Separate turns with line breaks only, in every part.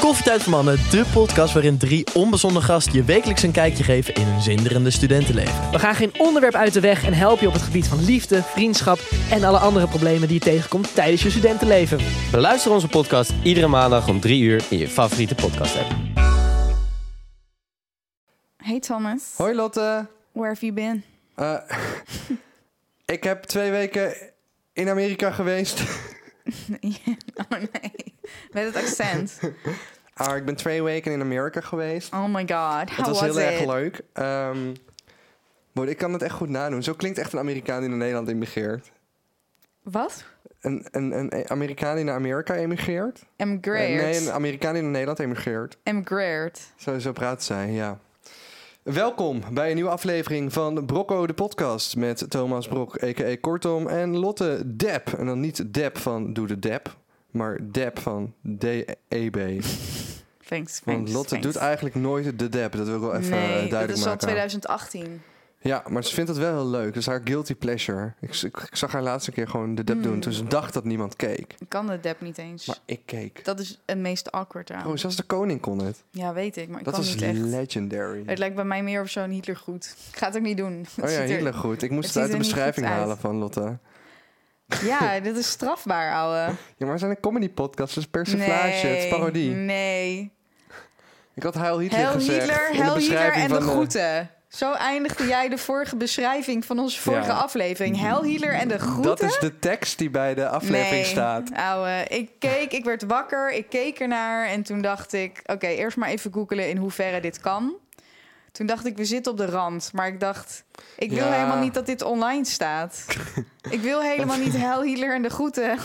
Koffietijd voor Mannen, de podcast waarin drie onbezonnen gasten je wekelijks een kijkje geven in hun zinderende studentenleven.
We gaan geen onderwerp uit de weg en helpen je op het gebied van liefde, vriendschap en alle andere problemen die je tegenkomt tijdens je studentenleven.
Beluister onze podcast iedere maandag om 3 uur in je favoriete podcast app.
Hey Thomas.
Hoi Lotte.
Where have you been?
Eh, ik heb twee weken in Amerika geweest.
oh nee. Met het accent.
Ah, ik ben twee weken in Amerika geweest.
Oh my god.
Het
How was,
was heel
it?
erg leuk. Ehm, boy, ik kan het echt goed nadoen. Zo klinkt echt een Amerikaan die naar Nederland emigreert.
Wat?
Een, een, een Amerikaan die naar Amerika emigreert? Eh,
Emigreert.
nee, een Amerikaan die naar Nederland emigreert.
Emigreert.
Zo, zo praat zij, ja. Welkom bij een nieuwe aflevering van Brocco de podcast met Thomas Brok, a.k.a. Kortom, en Lotte Depp. En dan niet Depp van Doe de Depp, maar Depp van D-E-B.
Thanks, thanks,
Want Lotte
thanks.
doet eigenlijk nooit de Depp, dat wil ik wel even eh,
nee,
duidelijk
dat is al
maken.
2018.
Ja, maar ze vindt het wel heel leuk. Dus haar guilty pleasure. Ik, ik, ik zag haar laatste keer gewoon de Depp
Hmm.
doen, toen ze dacht dat niemand keek.
Ik kan de dep niet eens.
Maar ik keek.
dat is het meest awkward aan.
Oh, zelfs de koning kon het.
ja, weet ik, maar ik
Dat
kan
was
niet echt.
legendary.
Het lijkt bij mij meer of zo'n Hitler goed. Ik ga het ook niet doen. Het
Oh
ziet
ja,
er-
heel erg goed. Ik
het
moest het,
ziet
uit de
er niet goed
beschrijving
uit.
halen van Lotte.
Ja, dit is strafbaar, ouwe.
Ja, maar we zijn een comedy podcast, dus persiflage, het is parodie.
Mm. Nee.
Ik had Heil Hitler
Hel
gezegd
Hitler,
in de
Hel Hitler
beschrijving
en de
van
groeten. Zo eindigde jij de vorige beschrijving van onze vorige
Ja.
aflevering. Hel Hitler en de groeten.
Dat is de tekst die bij de aflevering
nee,
staat.
Ouwe, ik keek, ik werd wakker, ik keek ernaar en toen dacht ik... Oké, eerst maar even googelen in hoeverre dit kan. Toen dacht ik, we zitten op de rand. Maar ik dacht, ik wil
Ja.
helemaal niet dat dit online staat. ik wil helemaal niet Hel Hitler en de groeten.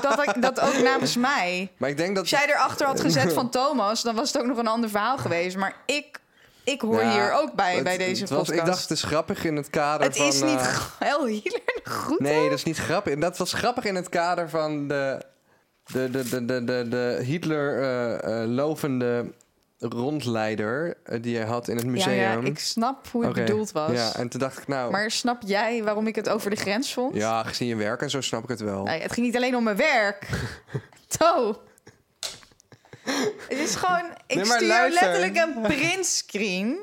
dat, ik- dat ook namens mij.
Maar ik denk dat...
Als jij erachter had gezet van Thomas, dan was het ook nog een ander verhaal geweest. Maar ik, ik hoor
Ja,
hier ook bij,
het-
bij deze
het was-
podcast.
Ik dacht, het is grappig in het kader
het
van...
is niet
eh,
heel hier goed.
Nee, dat is niet grappig. En dat was grappig in het kader van de, de, de, de, de, de, de Hitler eh, eh, lovende rondleider eh, die hij had in het
Ja,
museum.
ja, ik snap hoe het
Oké,
bedoeld was.
Ja, en toen dacht ik nou...
Maar snap jij waarom ik het over de grens vond?
Ja, gezien je werk en zo snap ik het wel.
Nee, het ging niet alleen om mijn werk. To. Het is gewoon... Ik
Nee, maar
stuur jou
luister.
letterlijk een printscreen.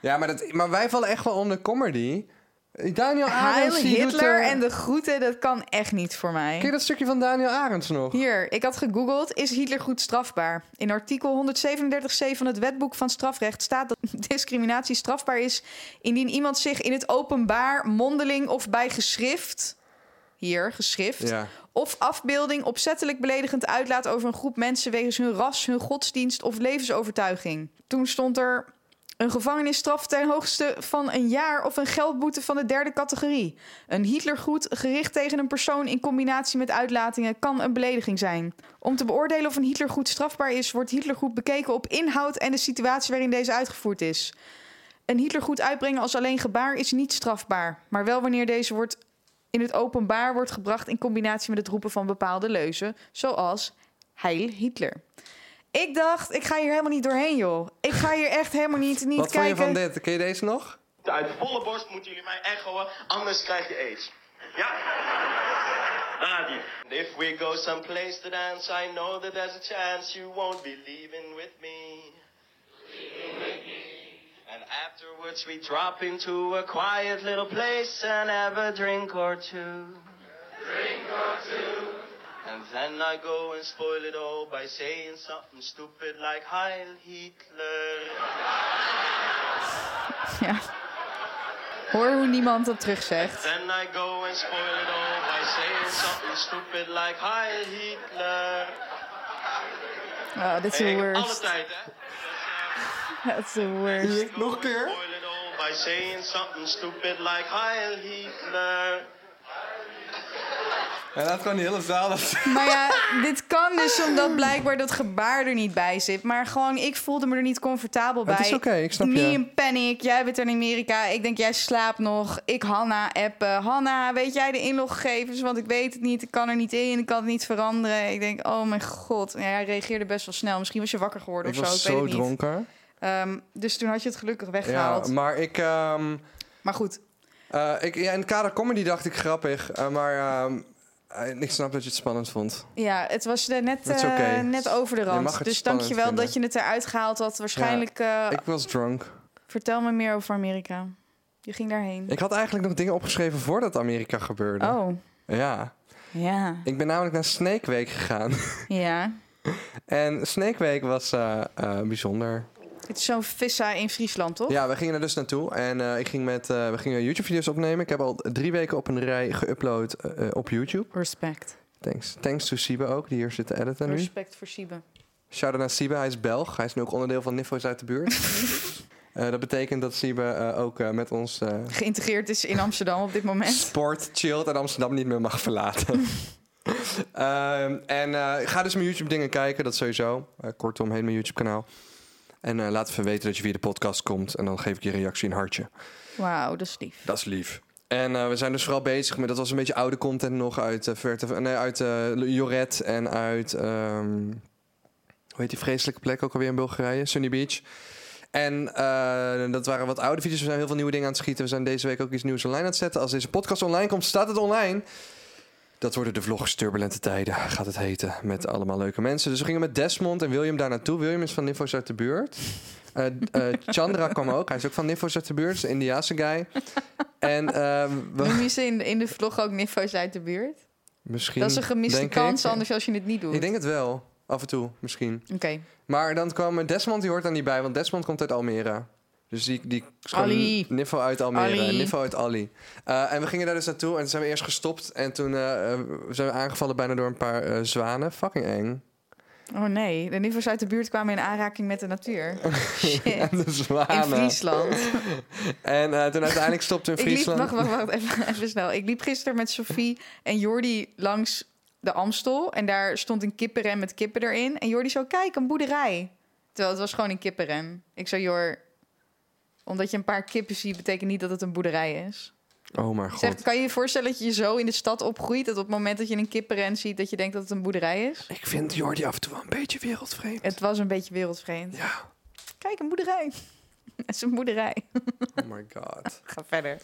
Ja, maar, dat, maar wij vallen echt wel onder comedy. Daniel
Heil
Arends... die doet,
Hitler
eh,
en de groeten, dat kan echt niet voor mij.
Ken je dat stukje van Daniel Arends nog?
Hier, ik had gegoogeld, is Hitler goed strafbaar? In artikel 137c van het wetboek van strafrecht staat dat discriminatie strafbaar is indien iemand zich in het openbaar, mondeling of bij geschrift, hier geschrift,
Ja.
of afbeelding opzettelijk beledigend uitlaat over een groep mensen wegens hun ras, hun godsdienst of levensovertuiging. Toen stond er een gevangenisstraf ten hoogste van een jaar of een geldboete van de derde categorie. Een Hitlergroet gericht tegen een persoon in combinatie met uitlatingen kan een belediging zijn. Om te beoordelen of een Hitlergroet strafbaar is, wordt Hitlergroet bekeken op inhoud en de situatie waarin deze uitgevoerd is. Een Hitlergroet uitbrengen als alleen gebaar is niet strafbaar, maar wel wanneer deze wordt in het openbaar wordt gebracht in combinatie met het roepen van bepaalde leuzen, zoals Heil Hitler. Ik dacht, ik ga hier helemaal niet doorheen, joh. Ik ga hier echt helemaal niet, niet
Wat vond je
kijken.
van dit? Ken je deze nog?
Uit volle borst moeten jullie mij echoen, anders krijg je aids. Ja? Adi. If we go someplace to dance, I know that there's a chance you won't be leaving with me. And afterwards we drop into a quiet little place and have a drink or two. Drink or two. And then I go and spoil it all by saying something stupid like Heil Hitler.
Ja. Hoor hoe niemand dat terugzegt.
Then I go and spoil it all by saying something stupid like Heil Hitler.
Oh, dit is de
Hey, alle
worst.
tijd, hè?
Dat is de worst.
Nog een keer?
Spoil it all by saying something stupid like Heil Hitler.
Ja,
Hij laat gewoon die hele zaal... Dat...
Maar ja, dit kan dus omdat blijkbaar dat gebaar er niet bij zit. Maar gewoon, ik voelde me er niet comfortabel bij.
Het is oké, ik snap
Niet
je.
in panic. Jij bent in Amerika. Ik denk, jij slaapt nog. Ik Hanna appen. Hanna, weet jij de inloggegevens? Want ik weet het niet. Ik kan er niet in. Ik kan het niet veranderen. Ik denk, oh mijn god. Ja, hij reageerde best wel snel. Misschien was je wakker geworden
Ik
of zo.
was
ik
zo
weet het niet.
dronken.
Ehm, dus toen had je het gelukkig
Ja,
weggehaald.
maar ik... ehm,
Maar goed,
eh, ik ja, in het kader comedy dacht ik grappig. eh, maar ehm, eh, ik snap dat je het spannend vond.
ja, het was eh, net,
Dat is
eh,
oké.
net over de
Je mag
rand.
het
Dus
spannend
dankjewel
vinden.
dat je het eruit gehaald had. Waarschijnlijk eh,
Ik was drunk.
Vertel me meer over Amerika. Je ging daarheen.
Ik had eigenlijk nog dingen opgeschreven voordat Amerika gebeurde.
Oh,
Ja.
ja.
Ik ben namelijk naar Snake Week gegaan.
Ja.
en Snake Week was eh, eh, bijzonder.
Het is zo'n vissa in Friesland, toch?
Ja, we gingen er dus naartoe. En eh, ik ging met, eh, we gingen YouTube-video's opnemen. Ik heb al drie weken op een rij geüpload eh, eh, op YouTube.
Respect.
Thanks. Thanks to Siba ook, die hier zit te editen nu.
Respect voor Siebe.
Shout-out naar Siba, hij is Belg. Hij is nu ook onderdeel van Niffo is uit de buurt. Eh, dat betekent dat Siba eh, ook eh, met ons eh,
Geïntegreerd is in Amsterdam op dit moment.
sport chillt en Amsterdam niet meer mag verlaten. Ehm, en eh, ga dus mijn YouTube-dingen kijken, dat sowieso. Eh, kortom, heen mijn YouTube-kanaal. En eh, laat even weten dat je via de podcast komt. En dan geef ik je reactie een hartje.
Wauw, dat is lief.
Dat is lief. En eh, we zijn dus vooral bezig met... Dat was een beetje oude content nog uit eh Verte... Nee, uit eh, Joret en uit... ehm, hoe heet die vreselijke plek ook alweer in Bulgarije? Sunny Beach. En eh, dat waren wat oude video's. We zijn heel veel nieuwe dingen aan het schieten. We zijn deze week ook iets nieuws online aan het zetten. Als deze podcast online komt, staat het online. Dat worden de vlogs Turbulente Tijden, gaat het heten. Met allemaal leuke mensen. Dus we gingen met Desmond en William daar naartoe. William is van Niffos uit de buurt. Eh, eh, Chandra kwam ook. Hij is ook van Niffos uit de buurt. Is een Indiaanse guy. En eh, we,
Noem je ze in, in de vlog ook niffo's uit de buurt?
misschien...
Dat is een gemiste
denk
kans,
ik-
anders als je het niet doet.
Ik denk het wel. Af en toe, misschien.
Oké.
Maar dan kwam Desmond, die hoort daar niet bij, want Desmond komt uit Almere. Dus die, die is gewoon
Ali.
Niffo uit Almere,
Ali.
Niffo uit Ali. Eh, en we gingen daar dus naartoe en toen zijn we eerst gestopt. En toen eh, eh, zijn we aangevallen bijna door een paar eh, zwanen. Fucking eng.
Oh nee, de niffo's uit de buurt kwamen in aanraking met de natuur.
En
Shit.
de
In
zwanen.
Friesland.
En eh, toen uiteindelijk stopte in
Ik liep,
Friesland.
wacht, wacht, wacht, even, even snel. Ik liep gisteren met Sophie en Jordi langs de Amstel. En daar stond een kippenren met kippen erin. En Jordi zo, kijk, een boerderij. Terwijl het was gewoon een kippenren. Ik zei, Jor, omdat je een paar kippen ziet... betekent niet dat het een boerderij is.
Oh mijn
Ik
god.
Zeg, kan je je voorstellen dat je je zo in de stad opgroeit... dat op het moment dat je een kippenren ziet... dat je denkt dat het een boerderij is?
Ik vind Jordi af en toe wel een beetje wereldvreemd.
Het was een beetje wereldvreemd.
Ja.
Kijk, een boerderij. Het is een boerderij.
Oh my god.
Ga verder.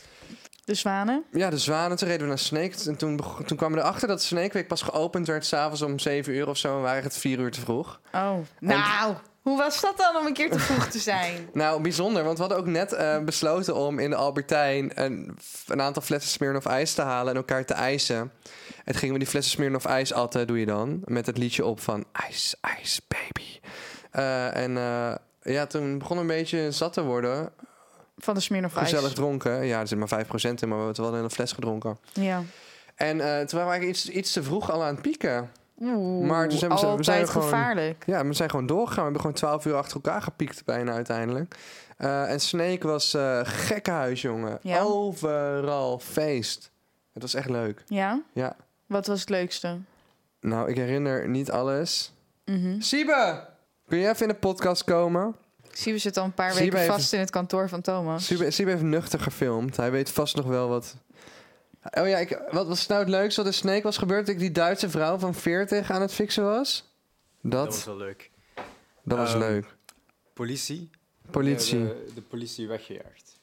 De zwanen.
Ja, de zwanen. Toen reden we naar Snake. En toen, beg- toen kwamen we erachter dat Snake Week pas geopend werd... s'avonds om 7 uur of zo. En waren het 4 uur te vroeg.
Oh, nou... Hoe was dat dan om een keer te vroeg te zijn?
Nou, bijzonder, want we hadden ook net eh, besloten om in de Albertijn een, een aantal flessen Smirnoff ijs te halen en elkaar te ijzen. En toen gingen we die flessen Smirnoff ijs atten, doe je dan, met het liedje op van Ice, Ice Baby. Eh, en eh, ja, toen begon een beetje zat te worden,
Van de Smirnoff Ice.
gezellig dronken. Ja, er zit maar 5% in, maar we hadden wel een hele fles gedronken.
Ja.
En eh, toen waren we eigenlijk iets, iets te vroeg al aan het pieken.
Oeh,
Maar toen zijn we- we
altijd
zijn gewoon-
gevaarlijk.
Ja, we zijn gewoon doorgegaan. We hebben gewoon 12 uur achter elkaar gepiekt bijna uiteindelijk. Eh, en Snake was eh gekkenhuis, jongen.
Ja.
Overal feest. Het was echt leuk.
Ja?
Ja.
Wat was het leukste?
Nou, ik herinner niet alles. Siebe! Kun jij even in de podcast komen?
Siebe zit al een paar
Siebe
weken
heeft-
vast in het kantoor van Thomas.
Siebe, Siebe heeft nuchter gefilmd. Hij weet vast nog wel wat... Oh ja, ik, wat was nou het leukste wat in Snake was gebeurd? Dat ik die Duitse vrouw van 40 aan het fixen was? Dat,
Dat was wel leuk. Ehm,
leuk.
Politie.
Politie.
Eh, De, de politie weggejaagd.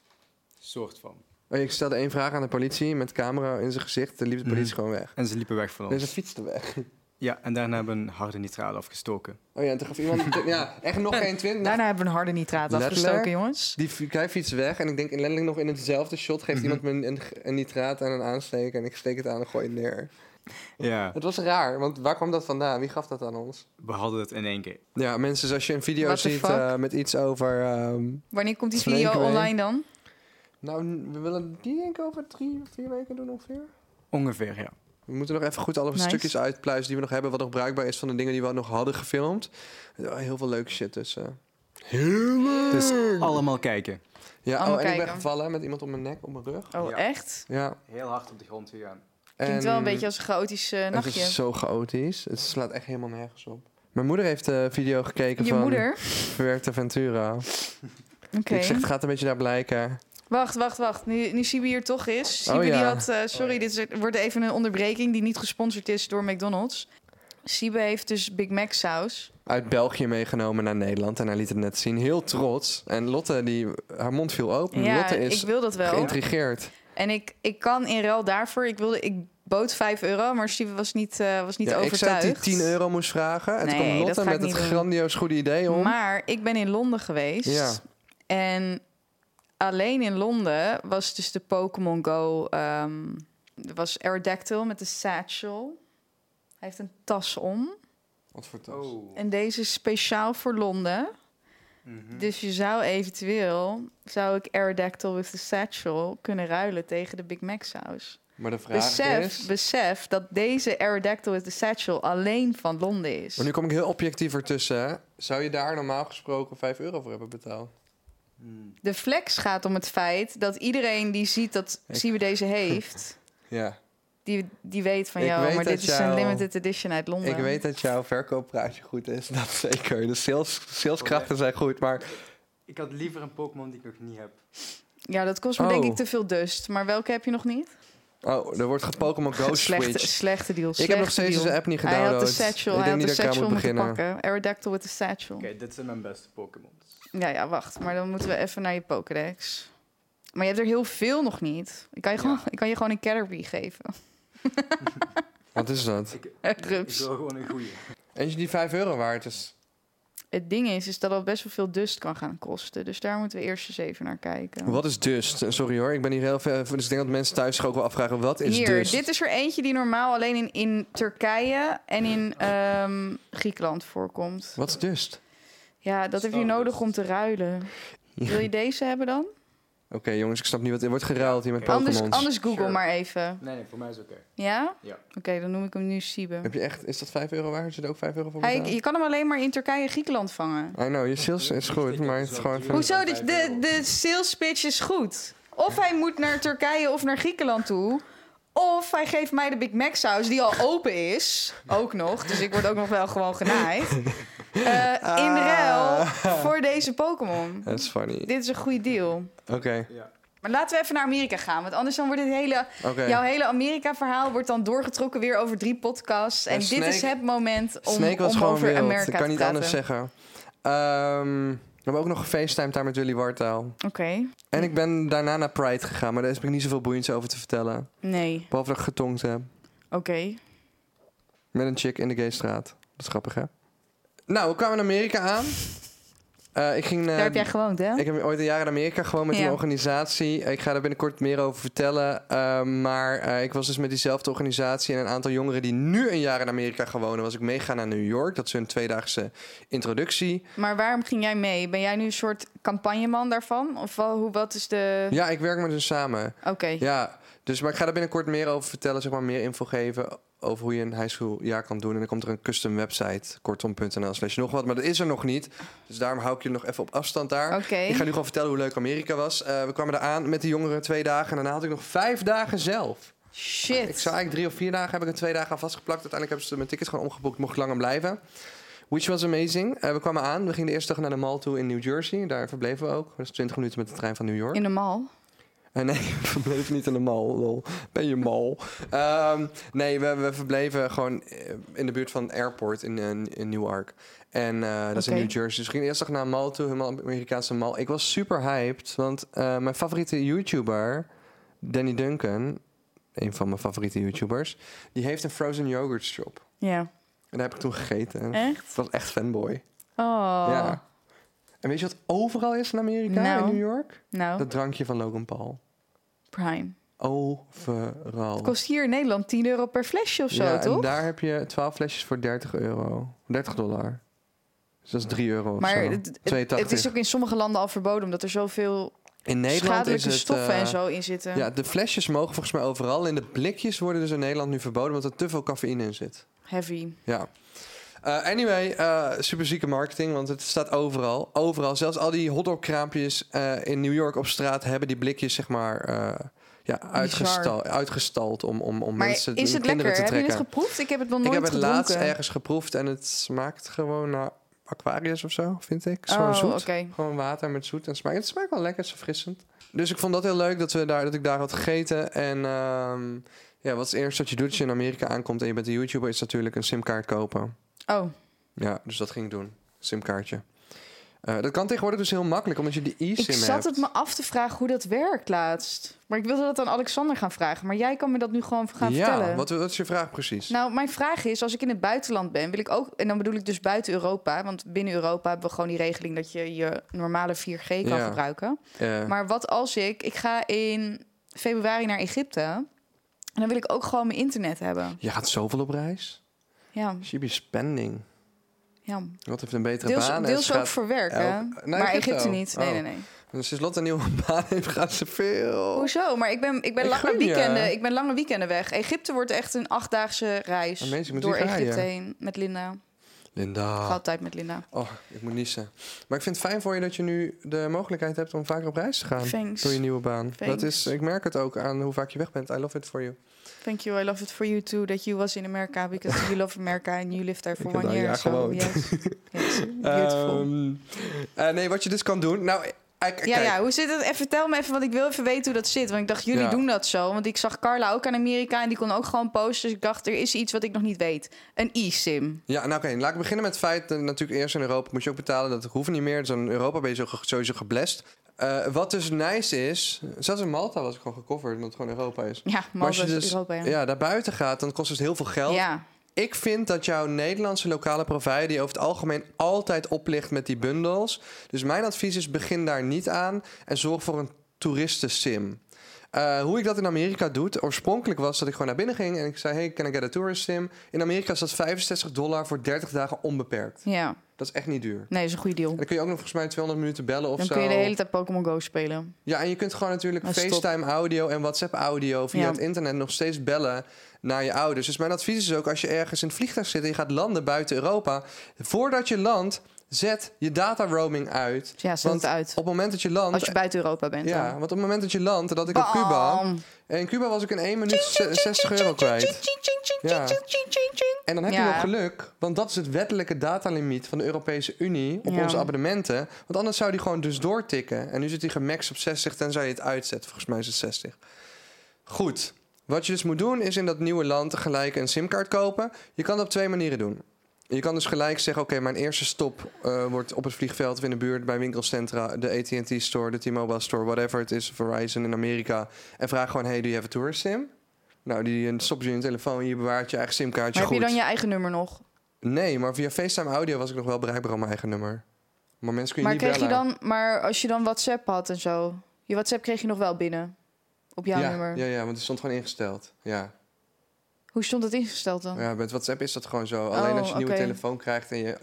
Soort van.
Oh, Ik stelde één vraag aan de politie met camera in zijn gezicht. Dan liep de politie
Mhm.
gewoon weg.
En ze liepen weg van ons.
Deze fiets er weg.
Ja, en daarna hebben we een harde nitraal afgestoken.
Oh ja, en toen gaf iemand... ja, echt nog geen twintig.
Daarna hebben we een harde nitraat
Letterlijk?
afgestoken, jongens.
Die fi- hij fietst weg en ik denk letterlijk nog in hetzelfde shot... geeft iemand me een, een, een nitraat aan een aansteker en ik steek het aan en gooi het neer.
Ja,
Het was raar, want waar kwam dat vandaan? Wie gaf dat aan ons?
we hadden het in één keer.
Ja, mensen, als je een video
What the
ziet
fuck?
eh, met iets over... ehm,
Wanneer komt die
Snake
video
Way.
online dan?
nou, n- we willen die denk ik over drie of vier weken doen ongeveer.
Ongeveer, ja.
We moeten nog even goed alle
Nice.
stukjes uitpluizen die we nog hebben... wat nog bruikbaar is van de dingen die we nog hadden gefilmd. Eh, Heel veel leuke shit dus. eh.
Dus allemaal kijken.
Ja,
Allemaal
oh, en ik ben
kijken.
gevallen met iemand op mijn nek, op mijn rug.
Oh,
Ja.
echt?
Ja,
Heel hard op de grond gegaan.
Klinkt wel een beetje als een chaotisch eh,
Het
nachtje.
is zo chaotisch. Het slaat echt helemaal nergens op. Mijn moeder heeft de video gekeken
Je
van
moeder?
Fuerteventura.
Oké.
Ik zeg, het gaat een beetje naar blijken.
Wacht, wacht, wacht. Nu, nu Sibi hier toch is. Sibi
Oh,
die
ja.
had... eh, sorry, dit is- wordt even een onderbreking die niet gesponsord is door McDonald's. Sibi heeft dus Big Mac saus.
Uit België meegenomen naar Nederland. En hij liet het net zien. Heel trots. En Lotte, die, haar mond viel open.
Ja,
Lotte
ik
is
wil dat wel.
geïntrigeerd.
En ik, ik kan in ruil daarvoor... Ik, wilde, ik bood 5 euro, maar Sibi was niet, eh, was niet
Ja, ik zei
overtuigd.
dat hij 10 euro moest vragen. En
Nee,
toen kwam
dat ga
Lotte
ik
met het
niet doen.
grandioos goede idee om.
Maar ik ben in Londen geweest.
Ja.
En alleen in Londen was dus de Pokémon Go. ehm, er was Aerodactyl met de satchel. Hij heeft een tas om.
Wat voor tas?
Oh.
En deze is speciaal voor Londen. Dus je zou eventueel, zou ik Aerodactyl with the satchel kunnen ruilen tegen de Big Mac saus.
Maar de vraag
Besef,
is...
besef dat deze Aerodactyl with the satchel alleen van Londen is.
Maar nu kom ik heel objectief ertussen. hè. Zou je daar normaal gesproken 5 euro voor hebben betaald?
Hmm.
De flex gaat om het feit dat iedereen die ziet dat Siebe deze heeft,
Ja.
die, die weet van
Ik
jou,
weet
maar
dat
dit is
jou-
een limited edition uit Londen.
Ik weet dat jouw verkooppraatje goed is. Dat zeker. De sales, saleskrachten zijn goed. Maar
Ik had liever een Pokémon die ik nog niet heb.
Ja, dat kost me
Oh.
denk ik te veel dust. Maar welke heb je nog niet?
oh, er wordt ge- Pokémon Go
slechte,
Switch.
slechte deal.
Ik heb nog
slechte
steeds
deal.
deze app niet
Hij
gedownload.
had de satchel,
ik
hij
denk
had de
niet dat ik
satchel
eraan moet
moeten
beginnen.
pakken. Aerodactyl with the satchel.
Oké, dit zijn mijn beste Pokémons.
Ja, ja, wacht. Maar dan moeten we even naar je Pokédex. Maar je hebt er heel veel nog niet. Ik kan je, gewoon, ik kan je gewoon een Caterpie geven.
Wat is dat?
Ik
Rups.
wil gewoon een goeie.
Eentje die 5 euro waard is.
Het ding is, is dat al best wel veel dust kan gaan kosten. Dus daar moeten we eerst eens even naar kijken.
Wat is dust? Sorry hoor, ik ben hier heel ver. Dus ik denk dat mensen thuis zich ook wel afvragen: wat is dus?
Hier,
dust?
dit is er eentje die normaal alleen in, in Turkije en in ehm, Griekenland voorkomt.
Wat is dust?
Ja, dat heb je nodig om te ruilen. Wil je deze hebben dan?
Oké jongens, ik snap niet wat. Er wordt geruild hier met
Anders,
Pokémon.
anders Google
Sure.
maar even.
Nee, nee, voor mij is oké.
Ja?
Ja.
Oké, dan noem ik hem nu Siebe.
Heb je echt, is dat 5 euro waard? Heb je er ook 5 euro voor
Hij,
betaald?
je kan hem alleen maar in Turkije en Griekenland vangen.
I know, je sales is goed, maar het is gewoon even...
Hoezo? De, de, de sales pitch is goed. Of hij moet naar Turkije of naar Griekenland toe. Of hij geeft mij de Big Mac saus, die al open is. Ook nog. Dus ik word ook nog wel gewoon genaaid. Eh,
Ah.
in ruil voor deze Pokémon.
That's funny.
Dit is een goede deal.
Oké,
Maar laten we even naar Amerika gaan. Want anders dan wordt dit hele,
oké.
jouw hele Amerika-verhaal wordt dan doorgetrokken weer over drie podcasts. En,
Ja,
dit is
Snake-
het moment om,
Snake was
om
gewoon
over
wild.
Amerika
ik kan
te
niet
praten.
anders zeggen. Ehm, we hebben ook nog gefacetimed daar met Willy Wartaal.
Oké.
En ik ben daarna naar Pride gegaan, maar daar heb ik niet zoveel boeiends over te vertellen.
Nee.
Behalve dat ik getongd heb.
Oké.
Met een chick in de gaystraat. Dat is grappig, hè? Nou, we kwamen in Amerika aan. Eh, ik ging... eh,
Daar heb jij gewoond, hè?
ik heb ooit een jaar in Amerika gewoon met
Ja.
een organisatie. Ik ga daar binnenkort meer over vertellen. Eh, maar eh, ik was dus met diezelfde organisatie en een aantal jongeren die nu een jaar in Amerika gewoon wonen, was ik meegaan naar New York. Dat is hun tweedaagse introductie.
Maar waarom ging jij mee? Ben jij nu een soort campagneman daarvan? Of wel, hoe, wat is de...
Ja, ik werk met hun samen.
Oké.
Ja, dus maar ik ga daar binnenkort meer over vertellen, zeg maar meer info geven over hoe je een high school jaar kan doen. En dan komt er een custom website, kortom.nl slash nog wat. Maar dat is er nog niet, dus daarom hou ik je nog even op afstand daar.
Oké.
Ik ga nu gewoon vertellen hoe leuk Amerika was. Eh, we kwamen eraan met de jongeren twee dagen en daarna had ik nog vijf dagen zelf.
Shit.
Ik zou eigenlijk drie of vier dagen heb ik er twee dagen aan vastgeplakt. Uiteindelijk hebben ze mijn tickets gewoon omgeboekt, mocht ik langer blijven. Which was amazing. Eh, we kwamen aan, we gingen de eerste dag naar de mall toe in New Jersey. Daar verbleven we ook. Dat is 20 minuten met de trein van New York.
In de mal.
Eh, nee, we verbleven niet in de mal, lol. Ben je mal? Ehm, nee, we, we verbleven gewoon eh, in de buurt van Airport in, in, in Newark. En eh, dat is in
Oké.
New Jersey. Dus we gingen eerst nog naar een mall toe, helemaal Amerikaanse mall. Ik was super hyped, want eh, mijn favoriete YouTuber, Danny Duncan... een van mijn favoriete YouTubers... die heeft een frozen yogurt shop.
Ja.
En daar heb ik toen gegeten.
Echt?
Ik was echt fanboy.
Oh.
Ja. En weet je wat overal is in Amerika,
Nou.
in New York?
Nou,
Dat drankje van Logan Paul.
prime.
Overal.
Het kost hier in Nederland 10 euro per flesje of zo,
ja, en
toch?
daar heb je 12 flesjes voor 30 euro. 30 dollar. Dus dat is 3 euro of
Maar
zo.
het, het,
82.
het is ook in sommige landen al verboden... omdat er zoveel
in
schadelijke
het,
stoffen
eh,
en zo in zitten.
Ja, de flesjes mogen volgens mij overal. In de blikjes worden dus in Nederland nu verboden... omdat er te veel cafeïne in zit.
Heavy.
Ja. Eh, anyway, eh super zieke marketing, want het staat overal. Overal. Zelfs al die hotdogkraampjes eh in New York op straat hebben die blikjes, zeg maar, eh, ja, uitgestal, uitgestald om, om, om
Maar
mensen
is
om
het
kinderen
lekker?
te
Heb je
trekken.
het geproefd? Ik heb het nog
ik
nooit
heb het
gedronken.
laatst ergens geproefd en het smaakt gewoon naar Aquarius of zo, vind ik. Het is gewoon
Oh,
zoet.
oké.
Gewoon water met zoet en smaak. Het smaakt wel lekker, het is verfrissend. Dus ik vond dat heel leuk dat, we daar, dat ik daar had gegeten. En ehm, ja, wat is het eerste dat je doet als je in Amerika aankomt en je bent een YouTuber, is natuurlijk een simkaart kopen.
Oh,
Ja, dus dat ging ik doen. Simkaartje. Eh, dat kan tegenwoordig dus heel makkelijk, omdat je die e-sim
ik
hebt.
zat het me af te vragen hoe dat werkt laatst. Maar ik wilde dat aan Alexander gaan vragen. Maar jij kan me dat nu gewoon gaan
ja,
vertellen.
wat, wat is je vraag precies?
Nou, mijn vraag is, als ik in het buitenland ben, wil ik ook... En dan bedoel ik dus buiten Europa. Want binnen Europa hebben we gewoon die regeling dat je je normale 4G kan
Ja.
gebruiken.
Eh,
Maar wat als ik... Ik ga in februari naar Egypte. En dan wil ik ook gewoon mijn internet hebben.
je gaat zoveel op reis.
Ja,
Je be spending.
ja.
Wat heeft een betere
Deels,
baan? en
deels
ze
ook
gaat-
voor werk, hè?
elk- Nee,
maar
Egypte
Egypte,
ook.
niet. Nee,
Oh.
nee, nee.
Dus sinds Lotte een nieuwe baan heeft, gaat ze veel.
Hoezo? Maar ik ben, ik ben,
Ik
lange,
gun je.
weekenden, ik ben lange weekenden weg. Egypte wordt echt een achtdaagse reis
Amazing, met
door
wie ga je?
Egypte heen. Met Linda.
Linda.
Altijd met Linda.
Oh, ik moet niezen. Maar ik vind het fijn voor je dat je nu de mogelijkheid hebt om vaker op reis te gaan.
Thanks.
Door je nieuwe baan. Dat
Thanks.
is, ik merk het ook aan hoe vaak je weg bent. I love it for you.
Thank you. I love it for you too that you was in America because you love America and you lived there for
Ik heb
one
daar een
year.
jaar
So,
gewoond.
yes. Yes. Beautiful.
Ehm, eh, nee, wat je dus kan doen. Nou, ik- ik-
ja,
kijk,
ja, hoe zit het? Even, vertel me even, want ik wil even weten hoe dat zit. Want ik dacht, jullie
Ja.
doen dat zo. Want ik zag Carla ook aan Amerika en die kon ook gewoon posten. Dus ik dacht, er is iets wat ik nog niet weet. Een e-sim.
Ja, nou oké. Laat ik beginnen met het feit dat natuurlijk eerst in Europa moet je ook betalen. Dat hoeft niet meer. Dus in Europa ben je zo ge- sowieso geblest. Eh, wat dus nice is, zelfs in Malta was ik gewoon gecoverd omdat het gewoon Europa is.
Ja,
Maar als
Malta
je
is
dus
Europa, ja.
ja, daar buiten gaat, dan kost het heel veel geld.
Ja.
Ik vind dat jouw Nederlandse lokale provider die over het algemeen altijd oplicht met die bundels. Dus mijn advies is: begin daar niet aan en zorg voor een toeristensim. Eh, hoe ik dat in Amerika doe, oorspronkelijk was dat ik gewoon naar binnen ging en ik zei: Hey, can I get a tourist sim? In Amerika is dat 65 dollar voor 30 dagen onbeperkt.
ja,
Dat is echt niet duur.
nee, is een goede deal.
En dan kun je ook nog volgens mij 200 minuten bellen of
Dan
zo.
kun je de hele tijd Pokémon Go spelen.
Ja, en je kunt gewoon natuurlijk
Dat is top.
FaceTime audio en WhatsApp audio via
Ja.
het internet nog steeds bellen naar je ouders. Dus mijn advies is ook als je ergens in het vliegtuig zit en je gaat landen buiten Europa, voordat je landt, zet je data roaming uit.
Ja, zet
Want
het uit.
Op het moment dat je landt.
Als je buiten Europa bent.
eh, ja,
dan.
want op het moment dat je landt, dat had ik op
Bam.
Cuba. En in Cuba was ik in 1 minuut ze- 60 euro kwijt. Ja. En dan heb je
Ja.
nog geluk, want dat is het wettelijke datalimiet van de Europese Unie op
Ja.
onze abonnementen. Want anders zou die gewoon dus doortikken. En nu zit hij gemaxt op 60, tenzij je het uitzet. Volgens mij is het 60. Goed. Wat je dus moet doen, is in dat nieuwe land gelijk een simkaart kopen. Je kan dat op twee manieren doen. Je kan dus gelijk zeggen, oké, mijn eerste stop eh, wordt op het vliegveld of in de buurt bij winkelcentra, de AT&T store, de T-Mobile store, whatever het is, Verizon in Amerika. En vraag gewoon, hey, do you have a tourist sim? Nou, die eh, stop je in je telefoon en je bewaart je eigen simkaartje
Maar heb
goed.
je dan je eigen nummer nog?
Nee, maar via FaceTime Audio was ik nog wel bereikbaar op mijn eigen nummer. Maar mensen kun je
Maar,
niet
kreeg je
bellen.
dan, maar als je dan WhatsApp had en zo. Je WhatsApp kreeg je nog wel binnen. Op jouw
ja,
nummer.
Ja, ja, want het stond gewoon ingesteld. Ja.
Hoe stond dat ingesteld dan?
ja, met WhatsApp is dat gewoon zo. Alleen
Oh,
als je een nieuwe
oké.
telefoon krijgt en je,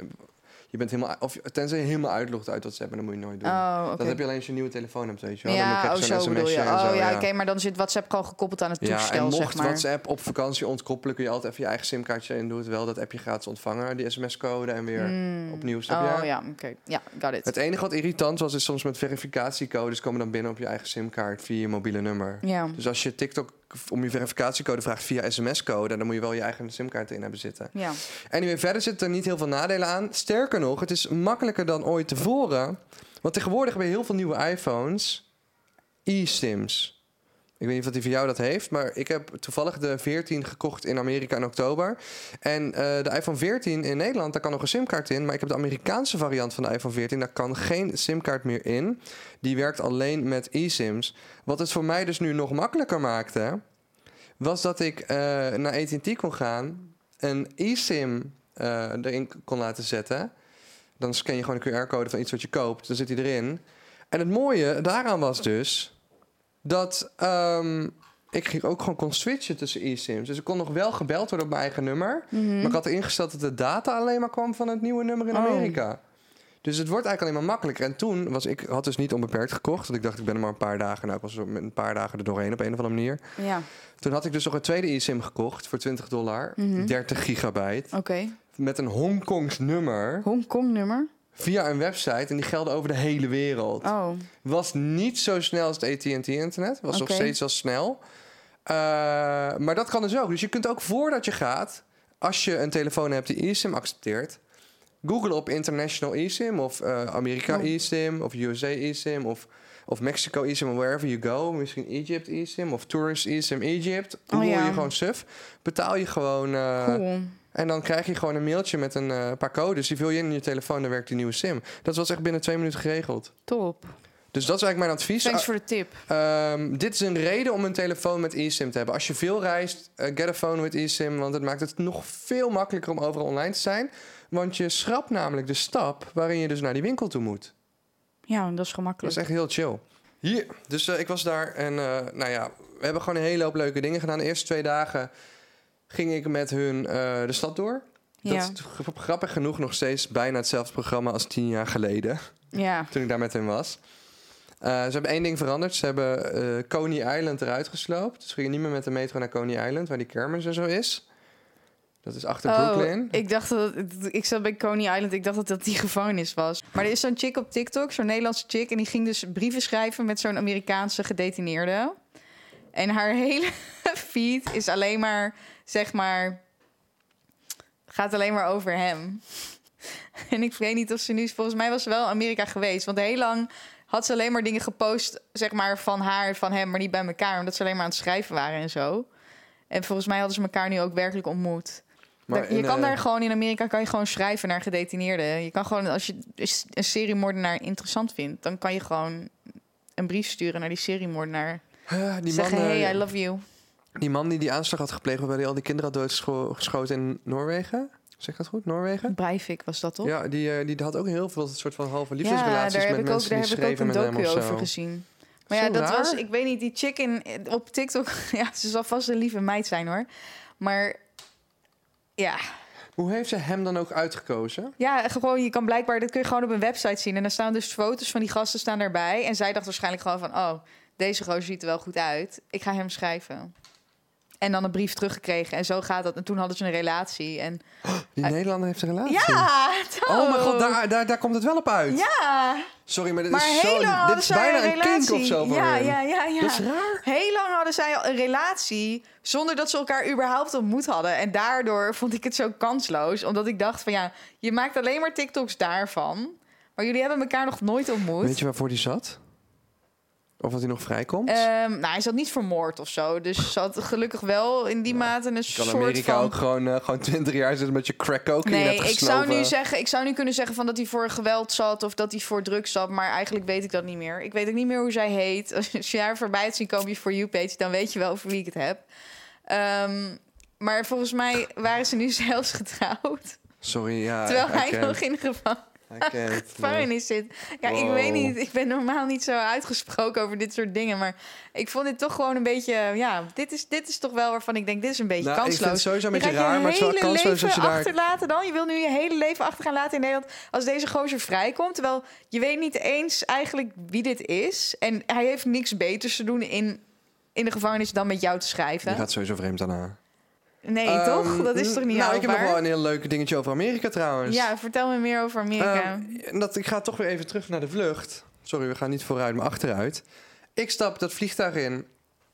je bent helemaal... Of, tenzij je helemaal uitlogt uit WhatsApp, en dat moet je nooit doen.
Oh, oké.
Dat heb je alleen als je een nieuwe telefoon hebt, weet je wel. dan
Ja,
krijg
oh,
je
zo
zo'n
bedoel je.
sms'je
Oh
en
ja,
zo,
oké, maar dan zit WhatsApp gewoon gekoppeld aan het
Ja, en
toestel,
mocht
zeg maar.
WhatsApp op vakantie ontkoppelen... kun je altijd even je eigen simkaartje in doen... terwijl dat appje gaat ontvangen, die sms-code en weer
Hmm.
opnieuw. Snap
Oh
je?
ja, oké. Ja, got it.
Het enige wat irritant was, is soms met verificatiecodes komen dan binnen op je eigen simkaart via je mobiele nummer.
Ja.
Dus als je TikTok om je verificatiecode vraagt via sms-code, dan moet je wel je eigen simkaart erin hebben zitten.
Ja.
Anyway, verder zitten er niet heel veel nadelen aan. Sterker nog, het is makkelijker dan ooit tevoren. Want tegenwoordig hebben we heel veel nieuwe iPhones e-sims. Ik weet niet of die van jou dat heeft, maar ik heb toevallig de 14 gekocht in Amerika in oktober. En eh, de iPhone 14 in Nederland, daar kan nog een simkaart in. Maar ik heb de Amerikaanse variant van de iPhone 14, daar kan geen simkaart meer in. Die werkt alleen met e-sims. Wat het voor mij dus nu nog makkelijker maakte, was dat ik eh, naar AT&T kon gaan, een e-sim eh, erin k- kon laten zetten. Dan scan je gewoon een QR-code van iets wat je koopt, dan zit die erin. En het mooie daaraan was dus dat ehm, ik ging ook gewoon kon switchen tussen e-sims. Dus ik kon nog wel gebeld worden op mijn eigen nummer. Maar ik had ingesteld dat de data alleen maar kwam van het nieuwe nummer in
Oh.
Amerika. Dus het wordt eigenlijk alleen maar makkelijker. En toen was ik, had dus niet onbeperkt gekocht. Want ik dacht, ik ben er maar een paar dagen. Nou, ik was er met een paar dagen er doorheen op een of andere manier.
Ja,
Toen had ik dus nog een tweede eSIM gekocht voor 20 dollar.
Mhm.
30 gigabyte.
oké.
Met een Hongkongs nummer.
Hongkong nummer.
via een website en die gelden over de hele wereld.
Oh,
Was niet zo snel als het AT&T-internet. Was nog
Oké.
steeds wel snel. Eh, maar dat kan dus ook. Dus je kunt ook voordat je gaat, als je een telefoon hebt die eSIM accepteert... googlen op international eSIM of eh, Amerika
Oh.
eSIM of USA eSIM of, of Mexico eSIM of wherever you go. Misschien Egypt eSIM of tourist eSIM Egypt. Google
Oh, ja.
je gewoon suf. Betaal je gewoon... eh,
cool.
en dan krijg je gewoon een mailtje met een eh, paar codes. Die vul je in in je telefoon, dan werkt die nieuwe SIM. Dat was echt binnen twee minuten geregeld.
Top.
Dus dat is eigenlijk mijn advies.
Thanks voor de tip.
Ah, ehm, dit is een reden om een telefoon met eSIM te hebben. Als je veel reist, eh, get a phone with eSIM. Want het maakt het nog veel makkelijker om overal online te zijn. Want je schrapt namelijk de stap waarin je dus naar die winkel toe moet.
Ja, dat is
Dat is
gemakkelijk.
echt heel chill. Hier, dus eh, ik was daar en eh, nou ja, we hebben gewoon een hele hoop leuke dingen gedaan. De eerste twee dagen ging ik met hun eh, de stad door. Dat
Ja.
is g- grappig genoeg nog steeds bijna hetzelfde programma als tien jaar geleden,
ja.
toen ik daar met hen was. Eh, ze hebben één ding veranderd. Ze hebben eh Coney Island eruit gesloopt. Ze gingen niet meer met de metro naar Coney Island, waar die kermis en zo is. Dat is achter Brooklyn.
Oh, ik dacht dat ik zat bij Coney Island. Ik dacht dat dat die gevangenis was. Maar er is zo'n chick op TikTok, zo'n Nederlandse chick, en die ging dus brieven schrijven met zo'n Amerikaanse gedetineerde. En haar hele feed is alleen maar, zeg maar, gaat alleen maar over hem. En ik weet niet of ze nu, volgens mij was ze wel in Amerika geweest, want heel lang had ze alleen maar dingen gepost, zeg maar, van haar en van hem, maar niet bij elkaar, omdat ze alleen maar aan het schrijven waren en zo. En volgens mij hadden ze elkaar nu ook werkelijk ontmoet.
Maar
Daar- je
in,
kan
eh,
daar gewoon in Amerika kan je gewoon schrijven naar gedetineerden. Je kan gewoon, als je s- een seriemoordenaar interessant vindt, dan kan je gewoon een brief sturen naar die seriemoordenaar.
eh, die
Zeggen:
man, eh,
Hey, I love you.
Die man die die aanslag had gepleegd, waarbij hij al die kinderen had doodgeschoten in Noorwegen. Zeg ik dat goed? Noorwegen?
Breivik was dat toch?
Ja, die, eh, die had ook heel veel soort van halve
Ja,
liefdesrelaties
daar heb
met
ik ook,
mensen
daar heb
die
ik ook
schreven
een
met hem
docu
of zo.
over gezien. Maar ja,
Zo
dat
raar.
was, ik weet niet, die chick in, op TikTok, ja, ze zal vast een lieve meid zijn hoor. Maar ja,
Hoe heeft ze hem dan ook uitgekozen?
Ja, gewoon, je kan blijkbaar, dat kun je gewoon op een website zien. En dan staan dus foto's van die gasten staan daarbij. En zij dacht waarschijnlijk gewoon van, oh, deze gozer ziet er wel goed uit. Ik ga hem schrijven. En dan een brief teruggekregen. En zo gaat dat. En toen hadden ze een relatie. En...
Die Nederlander heeft een relatie.
Ja,
Oh mijn
toch?
god, daar, daar, daar komt het wel op uit.
Ja,
Sorry, maar dit
maar
is zo...
heel lang hadden
Dit is
zij
bijna
een
een kink
relatie.
of zo van
ja,
hem.
ja, ja, ja.
Dat is raar.
Heel lang hadden zij al een relatie zonder dat ze elkaar überhaupt ontmoet hadden. En daardoor vond ik het zo kansloos. Omdat ik dacht van ja, je maakt alleen maar TikToks daarvan. Maar jullie hebben elkaar nog nooit ontmoet.
Weet je waarvoor die zat? Of dat hij nog vrijkomt?
Ehm, nou, hij zat niet vermoord of zo. Dus ze had gelukkig wel in die mate een
kan
soort
Amerika
van...
ook gewoon, eh, gewoon 20 jaar zitten met je crack ook in je
Nee,
hebt
ik zou, nu
gesnoven?
zeggen, ik zou nu kunnen zeggen van dat hij voor geweld zat of dat hij voor drugs zat, maar eigenlijk weet ik dat niet meer. Ik weet ook niet meer hoe zij heet. Als je haar voorbij hebt zien komen op je For You page, dan weet je wel over wie ik het heb. Ehm, maar volgens mij waren ze nu zelfs getrouwd.
Sorry, ja.
terwijl
I
hij
can't.
nog in de gevangenis
I can't.
gevangenis zit. Ja, ik
eh, Wow.
weet niet. Ik ben normaal niet zo uitgesproken over dit soort dingen. Maar ik vond dit toch gewoon een beetje. Ja, dit is, dit is toch wel waarvan ik denk: dit is een beetje
Nou, ik vind
kansloos.
het sowieso een
Je
beetje
gaat
raar, maar het is wel
hele
kansloos als je
leven
daar-
achterlaten dan. Je wil nu je hele leven achter gaan laten in Nederland. Als deze gozer vrijkomt. Terwijl je weet niet eens eigenlijk wie dit is. En hij heeft niks beters te doen in, in de gevangenis dan met jou te schrijven.
Die gaat sowieso vreemd aan haar.
Nee, toch? Dat is
Ehm,
toch niet
Nou, ik heb nog
houdbaar?
wel een heel leuk dingetje over Amerika trouwens.
Ja, vertel me meer over Amerika.
Ehm, dat, ik ga toch weer even terug naar de vlucht. Sorry, we gaan niet vooruit, maar achteruit. Ik stap dat vliegtuig in.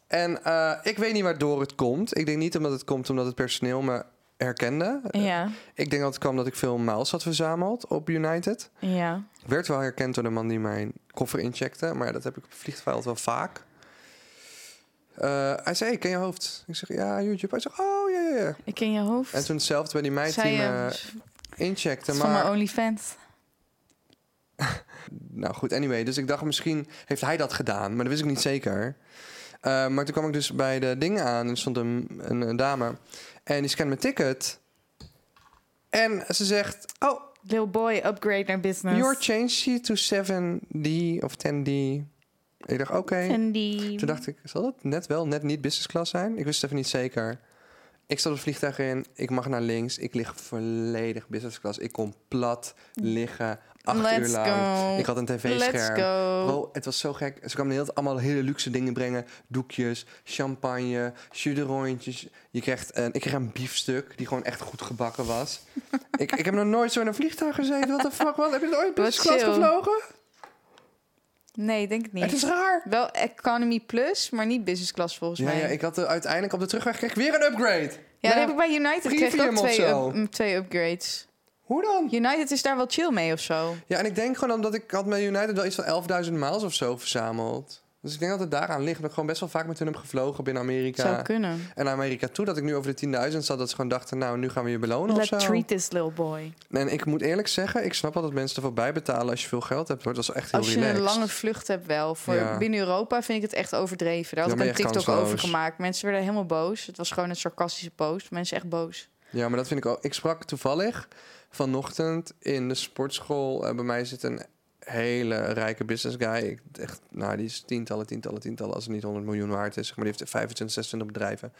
En eh, ik weet niet waardoor het komt. Ik denk niet omdat het komt omdat het personeel me herkende.
ja,
Ik denk dat het kwam dat ik veel miles had verzameld op United.
ja.
Ik werd wel herkend door de man die mijn koffer incheckte. Maar ja, dat heb ik op het vliegveld wel vaak. Eh, hij zei, hey, ken je hoofd? Ik zeg, ja, YouTube. Hij zegt, oh, ja, ja, ja.
Ik ken je hoofd.
En toen hetzelfde bij die meid
Zij,
die me
eh,
incheckte.
van
Maar
mijn OnlyFans.
Nou goed, anyway. Dus ik dacht, misschien heeft hij dat gedaan. Maar dat wist ik niet zeker. Eh, maar toen kwam ik dus bij de dingen aan. En er stond een, een, een dame. En die scant mijn ticket. En ze zegt... Oh,
Lil Boy, upgrade naar business.
your change sheet to 7D of 10D. Ik dacht, oké.
En die...
Toen dacht ik, zal dat net wel, net niet business class zijn? Ik wist het even niet zeker. Ik zat op het vliegtuig in, ik mag naar links. Ik lig volledig business class. Ik kon plat liggen. Acht
Let's
uur lang.
go.
Ik had een
Let's
tv-scherm.
go.
Bro, het was zo gek. Ze kwamen de hele tijd allemaal hele luxe dingen brengen. Doekjes, champagne, chuderoontjes. Je krijgt een, ik kreeg een biefstuk die gewoon echt goed gebakken was. ik, ik heb nog nooit zo in een vliegtuig gezeten. Wat de fuck? Wat? Heb je ooit
Wat
business class
chill.
gevlogen?
Nee, ik denk het niet.
Het is raar.
Wel economy plus, maar niet business class volgens
Ja,
mij.
ja, ik had eh, uiteindelijk op de terugweg kreeg ik weer een upgrade. Nou
Ja, dat heb ik bij United kreeg ik ook
premium of
twee,
zo.
up- mm, twee upgrades.
Hoe dan?
United is daar wel chill mee of zo.
Ja, en ik denk gewoon omdat ik had met United wel iets van 11.000 miles of zo verzameld. Dus ik denk dat het daaraan ligt. Dat ik gewoon best wel vaak met hun heb gevlogen binnen
Zou
Amerika.
kunnen.
En naar Amerika toe, dat ik nu over de 10.000 zat. Dat ze gewoon dachten, nou, nu gaan we je belonen
Let's
of zo.
treat this little boy.
En ik moet eerlijk zeggen, ik snap wel dat mensen ervoor bijbetalen als je veel geld hebt. Hoor. Dat is echt heel
Als je
relaxed.
een lange vlucht hebt wel. Voor
Ja.
binnen Europa vind ik het echt overdreven. Daar had
Ja,
ik
maar
een
echt
TikTok
kansloos.
over gemaakt. Mensen werden helemaal boos. Het was gewoon een sarcastische post. Mensen echt boos.
Ja, maar dat vind ik ook. Ik sprak toevallig vanochtend in de sportschool. eh, bij mij zit een hele rijke business guy. Ik, echt, nou, die is tientallen, tientallen, tientallen. Als het niet 100 miljoen waard is. Zeg maar die heeft 25, 26 bedrijven.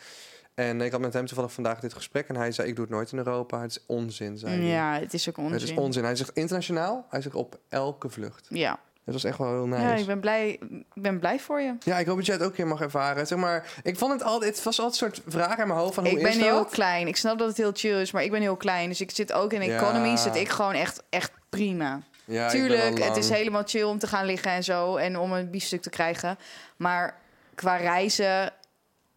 En ik had met hem toevallig vandaag dit gesprek. En hij zei: Ik doe het nooit in Europa. Het is onzin. Zei hij.
Ja, het is ook onzin.
Het is onzin. Hij zegt internationaal. Hij zegt op elke vlucht.
Ja.
Dat was echt wel heel nice.
ja, ik ben blij, ik ben blij voor je.
Ja, ik hoop dat jij het ook een keer mag ervaren. Zeg maar, ik vond het altijd, het was altijd een soort vraag in mijn hoofd van hoe
ik ben
is
heel
Oh, dat?
klein. Ik snap dat het heel chill is, maar ik ben heel klein. Dus ik zit ook in
Ja.
economy, zit ik gewoon echt, echt prima.
Ja, ik ben al
Tuurlijk, het
lang.
is helemaal chill om te gaan liggen en zo. En om een biefstuk te krijgen. Maar qua reizen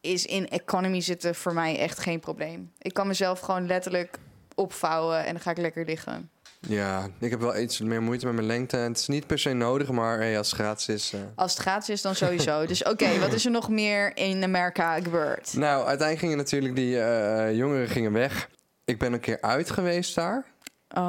is in economy zitten voor mij echt geen probleem. Ik kan mezelf gewoon letterlijk opvouwen en dan ga ik lekker liggen.
Ja, ik heb wel iets meer moeite met mijn lengte. En het is niet per se nodig, maar hey, als het gratis is. eh.
Als het gratis is, dan sowieso. dus oké, wat is er nog meer in Amerika gebeurd?
Nou, uiteindelijk gingen natuurlijk die eh, jongeren gingen weg. Ik ben een keer uit geweest daar.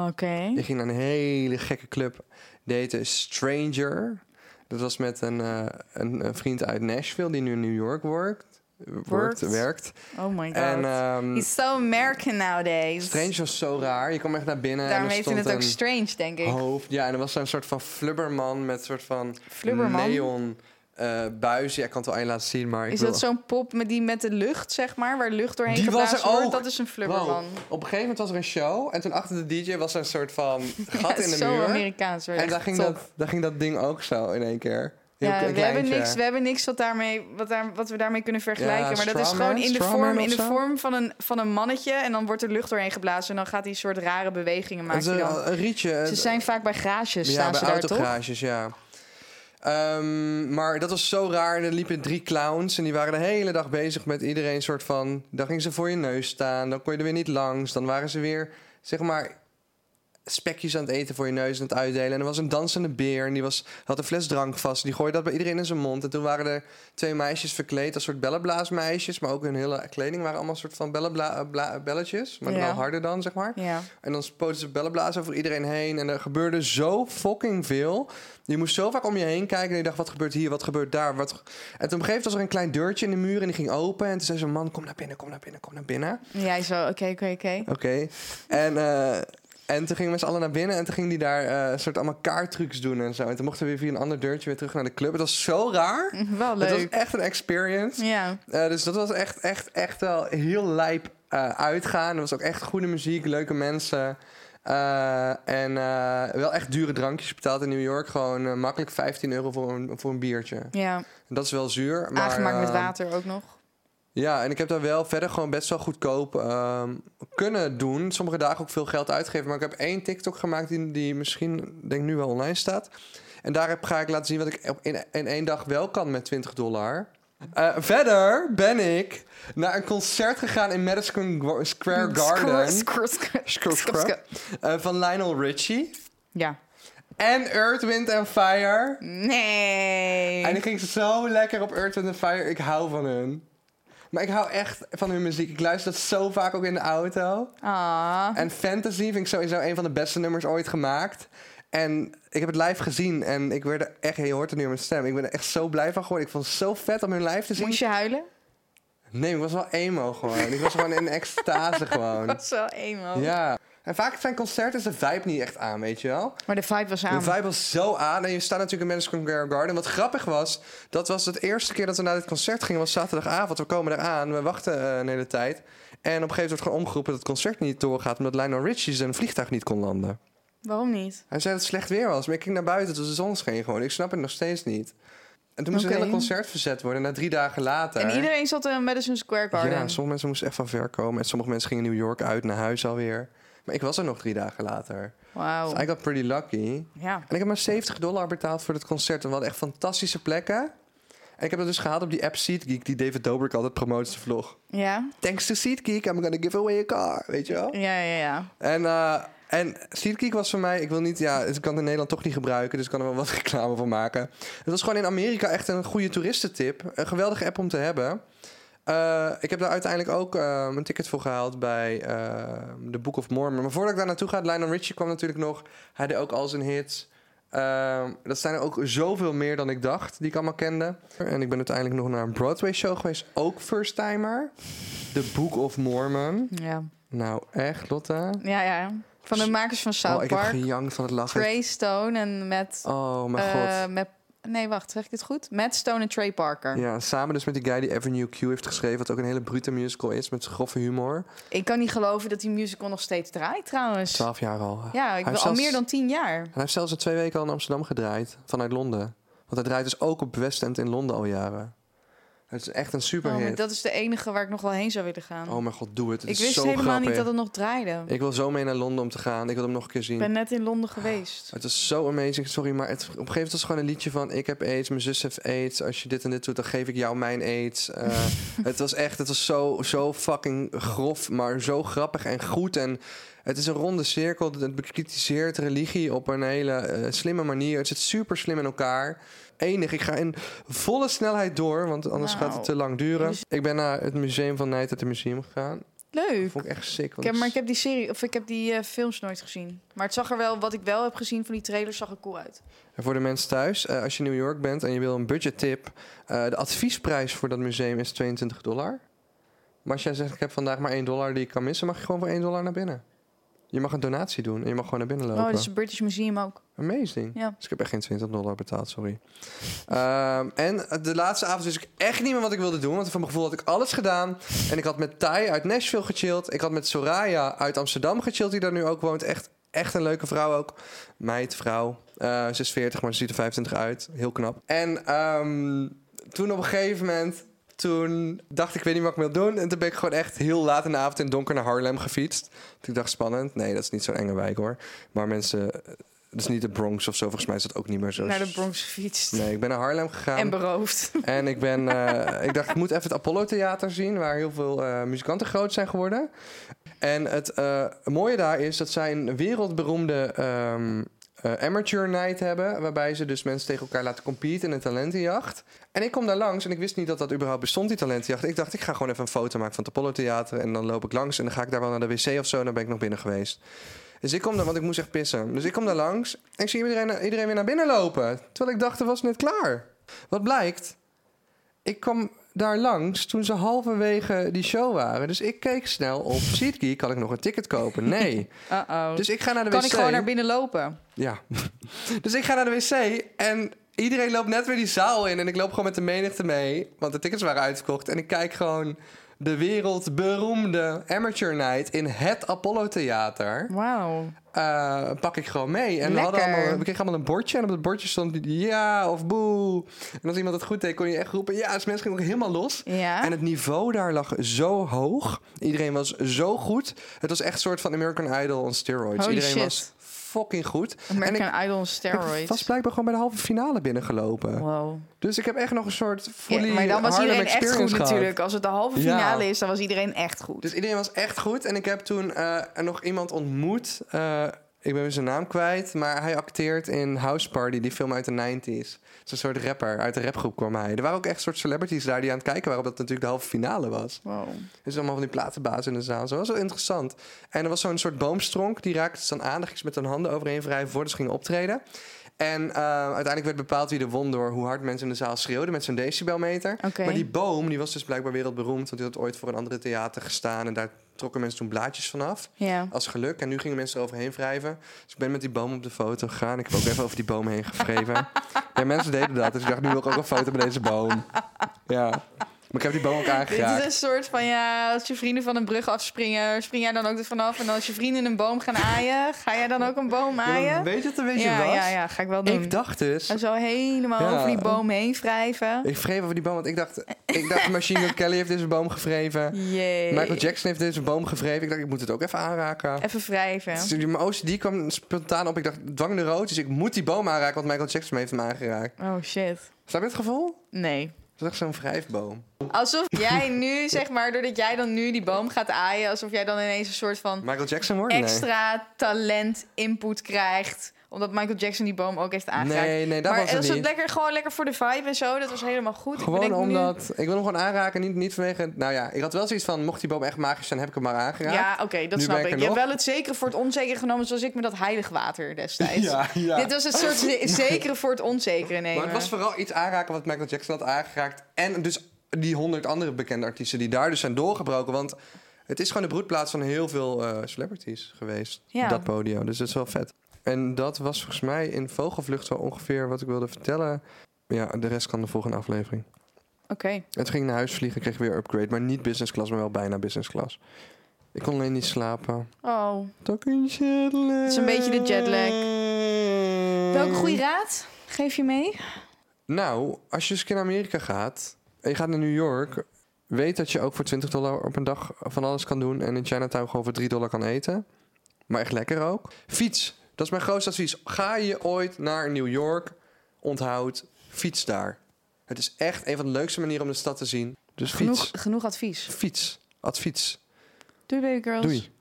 Oké.
Ik ging naar een hele gekke club. Date Stranger. Dat was met een, eh, een, een vriend uit Nashville die nu in New York workt. Workt,
Workt.
werkt.
Oh my god.
En ehm,
He's so American nowadays.
Stranger was zo raar. Je kwam echt naar binnen. en
Daarom
er
heeft hij
stond
het ook
een-
strange, denk ik.
hoofd. Ja, en er was zo'n soort van flubberman met soort van
Flubberman?
neon eh buis. Ja, ik kan het wel aan je laten zien, maar ik
Is
wil...
dat zo'n pop met die met de lucht, zeg maar, waar lucht doorheen
Die was
geblazen
er
wordt?
ook.
Dat is een flubberman.
Wow. Op een gegeven moment was er een show en toen achter de DJ was er een soort van gat
Ja,
in de
zo
muur.
Amerikaans. hoor.
en daar
Echt
ging,
top.
dat, daar ging dat ding ook zo in één keer. Heel
Ja,
klein
we hebben,
kleintje.
niks, we hebben niks wat, daarmee, wat, daar, wat we daarmee kunnen vergelijken. maar dat is
strawman,
gewoon in de
strawman
vorm,
of
in de
zo?
vorm van, een, van een mannetje. En dan wordt er lucht doorheen geblazen. En dan gaat hij een soort rare bewegingen
Het is
maken.
een,
dan.
een rietje.
Ze zijn vaak bij garages,
eh, ja,
staan
bij
ze daar toch?
autogarages, ja. Ehm, maar dat was zo raar. En er liepen drie clowns en die waren de hele dag bezig met iedereen soort van... Dan gingen ze voor je neus staan, dan kon je er weer niet langs. Dan waren ze weer, zeg maar, spekjes aan het eten voor je neus en het uitdelen. En er was een dansende beer en die was, had een fles drank vast. Die gooide dat bij iedereen in zijn mond. En toen waren er twee meisjes verkleed als soort bellenblaasmeisjes. Maar ook hun hele kleding waren allemaal soort van bellenbla- bla- belletjes. Maar
Ja.
dan harder dan, zeg maar.
Ja.
En dan spoten ze bellenblazen over iedereen heen. En er gebeurde zo fucking veel. Je moest zo vaak om je heen kijken. En je dacht, wat gebeurt hier, wat gebeurt daar? Wat... En toen op een gegeven moment was er een klein deurtje in de muur. En die ging open. En toen zei zo'n man, kom naar binnen, kom naar binnen, kom naar binnen.
Ja, zo, oké, oké, oké.
Oké. En, eh, en toen gingen we z'n allen naar binnen. En toen ging die daar eh, een soort allemaal kaarttrucs doen en zo. En toen mochten we weer via een ander deurtje weer terug naar de club. Het was zo raar.
Wel
Het was
leuk.
echt een experience.
Ja.
Eh, dus dat was echt, echt, echt wel heel lijp eh, uitgaan. Er was ook echt goede muziek, leuke mensen. Eh, en eh, wel echt dure drankjes betaald in New York. Gewoon eh, makkelijk 15 euro voor een, voor een biertje.
ja,
Dat is wel zuur. Maar,
aangemaakt met
eh,
water ook nog.
Ja, en ik heb daar wel verder gewoon best wel goedkoop ehm, kunnen doen. Sommige dagen ook veel geld uitgeven. Maar ik heb één TikTok gemaakt die, die misschien, denk ik, nu wel online staat. En daar heb, ga ik laten zien wat ik op- in, in één dag wel kan met 20 dollar. Eh, verder ben ik naar een concert gegaan in Madison Gwa- Square Garden
Skr- skr- skr-
Skr-
skr-
skr-
skr-
eh, van Lionel Richie.
Ja.
En Earth, Wind and Fire.
Nee.
En ik ging zo lekker op Earth, Wind and Fire. Ik hou van hun. Maar ik hou echt van hun muziek. Ik luister dat zo vaak ook in de auto.
Ah.
En Fantasy vind ik sowieso een van de beste nummers ooit gemaakt. En ik heb het live gezien en ik werd er echt... Je hoort het nu in mijn stem. Ik ben er echt zo blij van geworden. Ik vond het zo vet om hun live te zien.
Moest je huilen?
Nee, ik was wel emo gewoon. ik was gewoon in extase gewoon.
Dat is wel emo.
Ja. En vaak zijn concerten is de vibe niet echt aan, weet je wel?
Maar de vibe was aan.
De vibe was zo aan. En je staat natuurlijk in Madison Square Garden. Wat grappig was, dat was het eerste keer dat we naar dit concert gingen. was zaterdagavond. We komen eraan. We wachten eh, een hele tijd. En op een gegeven moment wordt gewoon omgeroepen dat het concert niet doorgaat. Omdat Lionel Richie zijn vliegtuig niet kon landen.
Waarom niet?
Hij zei dat het slecht weer was, maar ik keek naar buiten, het was de zon scheen gewoon. Ik snap het nog steeds niet. En toen moest
Oké.
een hele concert verzet worden, na drie dagen later.
En iedereen zat in Madison Square Garden.
Eh. Ja, sommige mensen moesten echt van ver komen. En sommige mensen gingen New York uit naar huis alweer. Maar ik was er nog drie dagen later. Dus
Wauw.
I got pretty lucky.
Ja.
En ik heb maar 70 dollar betaald voor dit concert. En we hadden echt fantastische plekken. En ik heb dat dus gehaald op die app SeatGeek, die David Dobrik altijd promoot in zijn vlog.
Ja.
Thanks to SeatGeek, I'm gonna give away a car. Weet je wel?
Ja, ja, ja.
En, eh en SeatGeek was voor mij, ik wil niet, ja, ik kan het in Nederland toch niet gebruiken, dus ik kan er wel wat reclame van maken. Het was gewoon in Amerika echt een goede toeristentip. Een geweldige app om te hebben. Eh, ik heb daar uiteindelijk ook eh, een ticket voor gehaald bij eh, The Book of Mormon. Maar voordat ik daar naartoe ga, Lionel Richie kwam natuurlijk nog. Hij deed ook al zijn hits. Eh, dat zijn er ook zoveel meer dan ik dacht, die ik allemaal kende. En ik ben uiteindelijk nog naar een Broadway show geweest, ook first timer. The Book of Mormon.
Ja,
Nou echt, Lotta.
ja. ja. Van de makers van
oh,
South
ik
Park.
heb gejankt van het lachen.
Trey Stone en met...
Oh, mijn
eh,
god.
met nee, wacht. Zeg ik het goed? Matt Stone en Trey Parker.
Ja, samen dus met die guy die Avenue Q heeft geschreven... wat ook een hele brute musical is met grove humor.
Ik kan niet geloven dat die musical nog steeds draait trouwens.
Twaalf jaar al.
Ja, ik
Hij
ben
heeft
al
zelfs-
meer dan tien jaar.
En hij heeft zelfs al twee weken al in Amsterdam gedraaid, vanuit Londen. Want hij draait dus ook op West End in Londen al jaren. Het is echt een
Oh, maar
superhit. Oh,
dat is de enige waar ik nog wel heen zou willen gaan.
mijn god, doe Oh, het. Het
ik
is
wist
zo
helemaal
grappig.
niet dat het nog draaide.
Ik wil zo mee naar Londen om te gaan. Ik wil hem nog een keer zien.
Ik ben net in Londen geweest.
Het is zo amazing, sorry, maar het, op een gegeven moment was het gewoon een liedje van... ik heb aids, mijn zus heeft aids, als je dit en dit doet, dan geef ik jou mijn aids. Eh, het was echt, het was zo, zo fucking grof, maar zo grappig en goed. En het is een ronde cirkel, het bekritiseert religie op een hele eh, slimme manier. Het zit super slim in elkaar. Enig, ik ga in volle snelheid door, want anders
Nou.
gaat het te lang duren.
Dus-
Ik ben naar het museum van Night at the Museum gegaan.
Leuk.
Vond ik echt sick.
Ik
want
heb, maar ik heb die serie, of ik heb die eh, films nooit gezien. Maar het zag er wel, wat ik wel heb gezien van die trailers, zag er cool uit.
En voor de mensen thuis, eh, als je in New York bent en je wil een budgettip, eh de adviesprijs voor dat museum is 22 dollar. Maar als jij zegt, ik heb vandaag maar 1 dollar die ik kan missen, mag je gewoon voor 1 dollar naar binnen. Je mag een donatie doen en je mag gewoon naar binnen lopen.
Oh, dat is het British Museum ook.
Amazing.
Ja.
Dus ik heb echt geen 20 dollar betaald, sorry. Ehm, en de laatste avond wist ik echt niet meer wat ik wilde doen. Want van mijn gevoel had ik alles gedaan. En ik had met Tai uit Nashville gechilled. Ik had met Soraya uit Amsterdam gechilled, die daar nu ook woont. Echt, echt een leuke vrouw ook. Meid, vrouw. Eh ze is 40, maar ze ziet er 25 uit. Heel knap. En ehm, toen op een gegeven moment... Toen dacht ik, ik weet niet wat ik wil doen. En toen ben ik gewoon echt heel laat in de avond in het donker naar Harlem gefietst. Toen dacht ik, spannend. Nee, dat is niet zo'n enge wijk hoor. Maar mensen, eh, dat is niet de Bronx of zo. Volgens mij is dat ook niet meer zo.
Naar de Bronx gefietst.
Nee, ik ben naar Harlem gegaan.
En beroofd.
En ik, ben, eh, ik dacht, ik moet even het Apollo Theater zien, waar heel veel eh, muzikanten groot zijn geworden. En het eh, mooie daar is dat zij een wereldberoemde ehm, eh, amateur night hebben, waarbij ze dus mensen tegen elkaar laten competen in een talentenjacht. En ik kom daar langs en ik wist niet dat dat überhaupt bestond, die talentenjacht. Ik dacht, ik ga gewoon even een foto maken van het Apollo Theater en dan loop ik langs en dan ga ik daar wel naar de wc of zo en dan ben ik nog binnen geweest. Dus ik kom daar, want ik moest echt pissen. Dus ik kom daar langs en ik zie iedereen, iedereen weer naar binnen lopen. Terwijl ik dacht, het was net klaar. Wat blijkt, ik kwam daar langs toen ze halverwege die show waren. Dus ik keek snel op SeatGeek, kan ik nog een ticket kopen? Nee.
Uh-oh.
Dus ik ga naar de
kan
wc.
ik gewoon naar binnen lopen?
Ja. dus ik ga naar de wc en iedereen loopt net weer die zaal in. En ik loop gewoon met de menigte mee, want de tickets waren uitverkocht. En ik kijk gewoon de wereldberoemde Amateur Night in het Apollo Theater.
Wauw.
Eh, pak ik gewoon mee. En we, hadden
Lekker.
allemaal, we kregen allemaal een bordje. En op dat bordje stond ja of boe. En als iemand het goed deed, kon je echt roepen ja. Dus mensen gingen ook helemaal los.
Ja.
En het niveau daar lag zo hoog. Iedereen was zo goed. Het was echt een soort van American Idol on steroids.
Holy
Iedereen
shit.
was fucking goed. en ik
American Idol on
ik was
steroids.
blijkbaar gewoon bij de halve finale binnengelopen.
Wow.
Dus ik heb echt nog een soort
Ja,
fully
maar dan was
Harlem
iedereen echt goed
experience gehad.
natuurlijk. Als het de halve
Ja.
finale is, dan was iedereen echt goed.
Dus iedereen was echt goed. En ik heb toen eh, er nog iemand ontmoet. Eh, ik ben weer zijn naam kwijt. Maar hij acteert in House Party, die film uit de 90s. Zo'n soort rapper. Uit de rapgroep kwam hij. Er waren ook echt soort celebrities daar die aan het kijken waren. Omdat het natuurlijk de halve finale was.
Wow.
Dus allemaal van die platenbaas in de zaal. Zo was wel interessant. En er was zo'n soort boomstronk. Die raakte ze dan aan. Daar ging ze met hun handen overheen wrijven voordat ze gingen optreden. En eh, uiteindelijk werd bepaald wie er won door hoe hard mensen in de zaal schreeuwden met zo'n decibelmeter.
Oké.
Maar die boom die was dus blijkbaar wereldberoemd. Want die had ooit voor een andere theater gestaan. En daar trokken mensen toen blaadjes vanaf.
Ja.
Als geluk. En nu gingen mensen eroverheen wrijven. Dus ik ben met die boom op de foto gegaan. Ik heb ook even over die boom heen gevreven. ja, mensen deden dat. Dus ik dacht, nu wil ik ook een foto met deze boom. Ja. Maar ik heb die boom ook
Dit is
aangeraakt.
een soort van, ja, als je vrienden van een brug afspringen, spring jij dan ook er vanaf? En als je vrienden een boom gaan aaien, ga jij dan ook een boom
Ja, maar
aaien?
weet je wat een beetje
Ja,
was?
ja, ja, ga ik wel doen.
Ik dacht dus...
En zo helemaal
Ja.
over die boom heen wrijven.
Ik wreef over die boom, want ik dacht... Ik dacht, Machine Gun Kelly heeft deze boom gevreven.
Jee.
Michael Jackson heeft deze boom gevreven. Ik dacht, ik moet het ook even aanraken.
Even wrijven.
Dus die- Mijn OCD kwam spontaan op. Ik dacht, dwangende rood. Dus ik moet die boom aanraken, want Michael Jackson heeft hem aangeraakt.
Oh shit.
Snap je het gevoel?
Nee.
Dat is echt zo'n wrijfboom.
Alsof jij nu, zeg maar, doordat jij dan nu die boom gaat aaien, alsof jij dan ineens een soort van
Michael Jackson wordt? Nee.
extra talent input krijgt omdat Michael Jackson die boom ook heeft aangeraakt.
Nee, nee, dat
maar
was het niet.
lekker, gewoon lekker voor de vibe en zo. Dat was helemaal goed. Ik
Gewoon
bedenk me nu-
omdat... Ik wil hem gewoon aanraken, niet, niet vanwege... Nou ja, ik had wel zoiets van, mocht die boom echt magisch zijn, heb ik hem maar aangeraakt.
Ja, oké, dat
Nu
snap
ben
ik.
ik er
Je hebt
nog.
wel het zekere voor het onzekere genomen, zoals ik met dat heilig water destijds.
ja.
Dit was het soort ze- zekere voor het onzekere nemen.
Maar het was vooral iets aanraken wat Michael Jackson had aangeraakt. En dus die honderd andere bekende artiesten die daar dus zijn doorgebroken. Want het is gewoon de broedplaats van heel veel eh, celebrities geweest.
Ja.
Dat podium. Dus dat is wel vet. En dat was volgens mij in Vogelvlucht wel ongeveer wat ik wilde vertellen. Ja, de rest kan de volgende aflevering.
Oké,
Het ging ik naar huis vliegen, kreeg weer upgrade. Maar niet business class, maar wel bijna business class. Ik kon alleen niet slapen.
oh.
Talking jetlag. Het
is een beetje de jetlag. Welke goede raad geef je mee?
Nou, als je eens een keer naar Amerika gaat en je gaat naar New York, weet dat je ook voor 20 dollar op een dag van alles kan doen en in Chinatown gewoon voor 3 dollar kan eten. Maar echt lekker ook. Fiets, dat is mijn grootste advies. Ga je ooit naar New York, onthoud, fiets daar. Het is echt een van de leukste manieren om de stad te zien. Dus fiets,
Genoeg, genoeg advies.
fiets, advies.
Doei baby girls.
Doei.